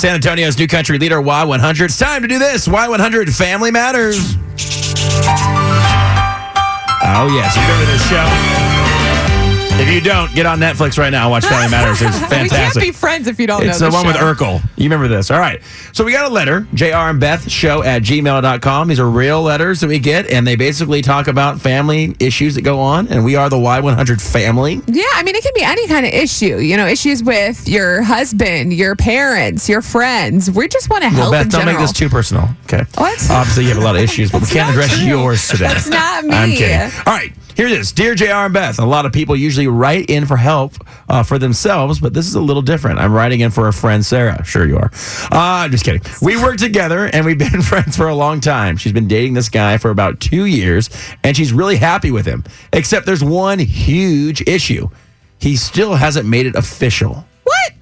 San Antonio's new country leader, Y100. It's time to do this. Y100 Family Matters. Oh, yes. You remember this show? If you don't, get on Netflix right now. and Watch Family Matters. It's We can't fantastic. be friends if you don't it's know the one with Urkel. You remember this. All right. So we got a letter, JR and Beth show at gmail.com. These are real letters that we get, and they basically talk about family issues that go on, and we are the Y100 family. Yeah, I mean, it can be any kind of issue. You know, issues with your husband, your parents, your friends. We just want to Well, help Beth, in don't general. make this too personal. Okay. What? Obviously, you have a lot of issues, but we That's can't not address true. yours today. That's not me. I'm kidding. All right. Here it is. Dear JR and Beth, a lot of people usually write in for help uh, for themselves, but this is a little different. I'm writing in for a friend, Sarah. Sure, you are. Uh, I'm just kidding. We work together and we've been friends for a long time. She's been dating this guy for about two years and she's really happy with him, except there's one huge issue. He still hasn't made it official. what?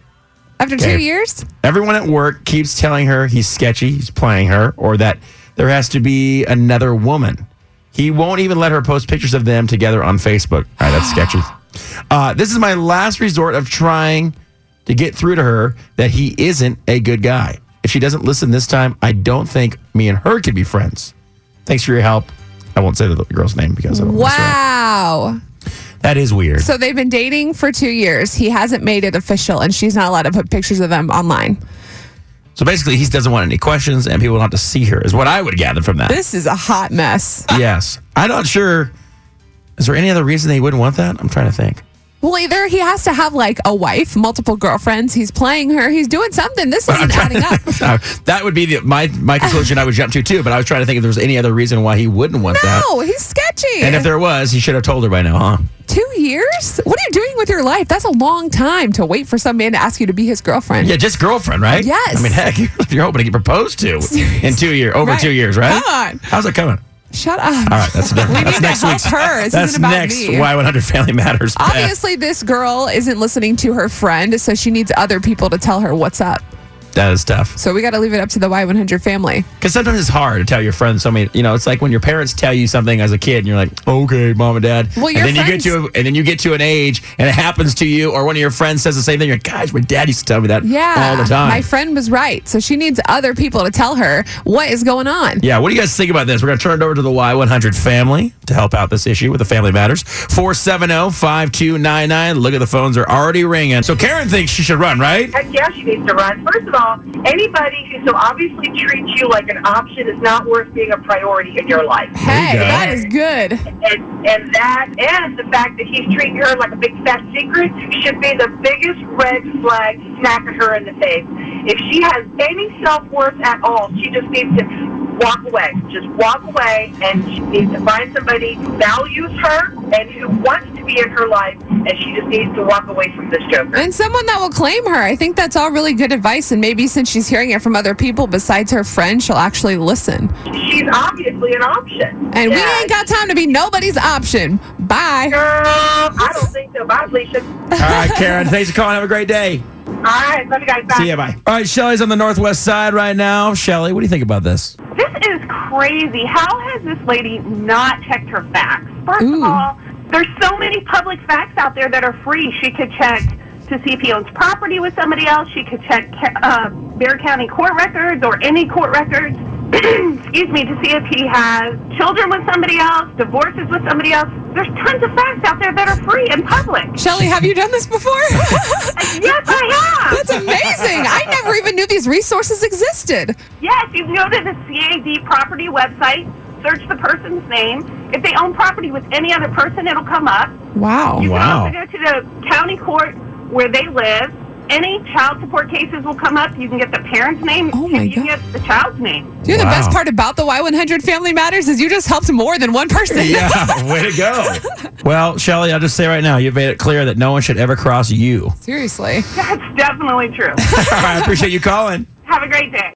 After Okay. two years? Everyone at work keeps telling her he's sketchy, he's playing her, or that there has to be another woman. He won't even let her post pictures of them together on Facebook. All right, that's sketchy. Uh, this is my last resort of trying to get through to her that he isn't a good guy. If she doesn't listen this time, I don't think me and her could be friends. Thanks for your help. I won't say the little girl's name because I don't want to say Wow. it. that is weird. So they've been dating for two years. He hasn't made it official, and she's not allowed to put pictures of them online. So basically, he doesn't want any questions, and people don't have to see her. Is what I would gather from that. This is a hot mess. Yes. I'm not sure. Is there any other reason they wouldn't want that? I'm trying to think. Well, either he has to have like a wife, multiple girlfriends. He's playing her. He's doing something. This isn't adding up. Uh, that would be the, my my conclusion I would jump to too. But I was trying to think if there was any other reason why he wouldn't want that. No, he's sketchy. And if there was, he should have told her by now, huh? Two years? What are you doing with your life? That's a long time to wait for some man to ask you to be his girlfriend. Yeah, just girlfriend, right? Yes. I mean, heck, you're, you're hoping to get proposed to in two years, over Right. two years, right? Come on. How's it coming? Shut up. All right, that's different. we that's need next to help week's. her. This that's isn't about next me. Y100 Family Matters. Beth. Obviously, this girl isn't listening to her friend, so she needs other people to tell her what's up. That is tough. So we got to leave it up to the Y100 family. Because sometimes it's hard to tell your friends something. You know, it's like when your parents tell you something as a kid, and you're like, "Okay, mom and dad." Well, your and then friends- you get to, a, and then you get to an age, and it happens to you, or one of your friends says the same thing. You're like, "Guys, my dad used to tell me that Yeah. all the time." My friend was right. So she needs other people to tell her what is going on. yeah, what do you guys think about this? We're going to turn it over to the Y100 family to help out this issue with the Family Matters. oh, 470 5299. Look at the phones are already ringing. So Karen thinks she should run, right? Heck yeah, she needs to run. First of all, anybody who so obviously treats you like an option is not worth being a priority in your life. There Hey, you go. that is good. And, and that, and the fact that he's treating her like a big fat secret should be the biggest red flag smack at her in the face. If she has any self worth at all, she just needs to walk away. Just walk away, and she needs to find somebody who values her and who wants to be in her life, and she just needs to walk away from this joker. And someone that will claim her. I think that's all really good advice. And maybe since she's hearing it from other people besides her friend, she'll actually listen. She's obviously an option. And we Yeah. ain't got time to be nobody's option. Bye. Girl, I don't think so. Bye, Felicia. All right, Karen, thanks for calling. Have a great day. All right, love you guys. Bye. See ya, bye. All right, Shelly's on the northwest side right now. Shelly, what do you think about this? This is crazy. How has this lady not checked her facts? First Ooh. of all, there's so many public facts out there that are free. She could check to see if he owns property with somebody else. She could check ca- uh, Bear County court records or any court records. Excuse me, to see if he has children with somebody else, divorces with somebody else. There's tons of facts out there that are free and public. Shelly, have you done this before? Yes, I have. That's amazing. I never even knew these resources existed. Yes, you can go to the CAD property website, search the person's name. If they own property with any other person, it'll come up. Wow. You Wow. can also go to the county court where they live. Any child support cases will come up. You can get the parent's name. Oh, my and you can God. get the child's name. You know the Wow. best part about the Y100 Family Matters is you just helped more than one person. Yeah, way to go. Well, Shelly, I'll just say right now, you've made it clear that no one should ever cross you. Seriously. That's definitely true. I appreciate you calling. Have a great day.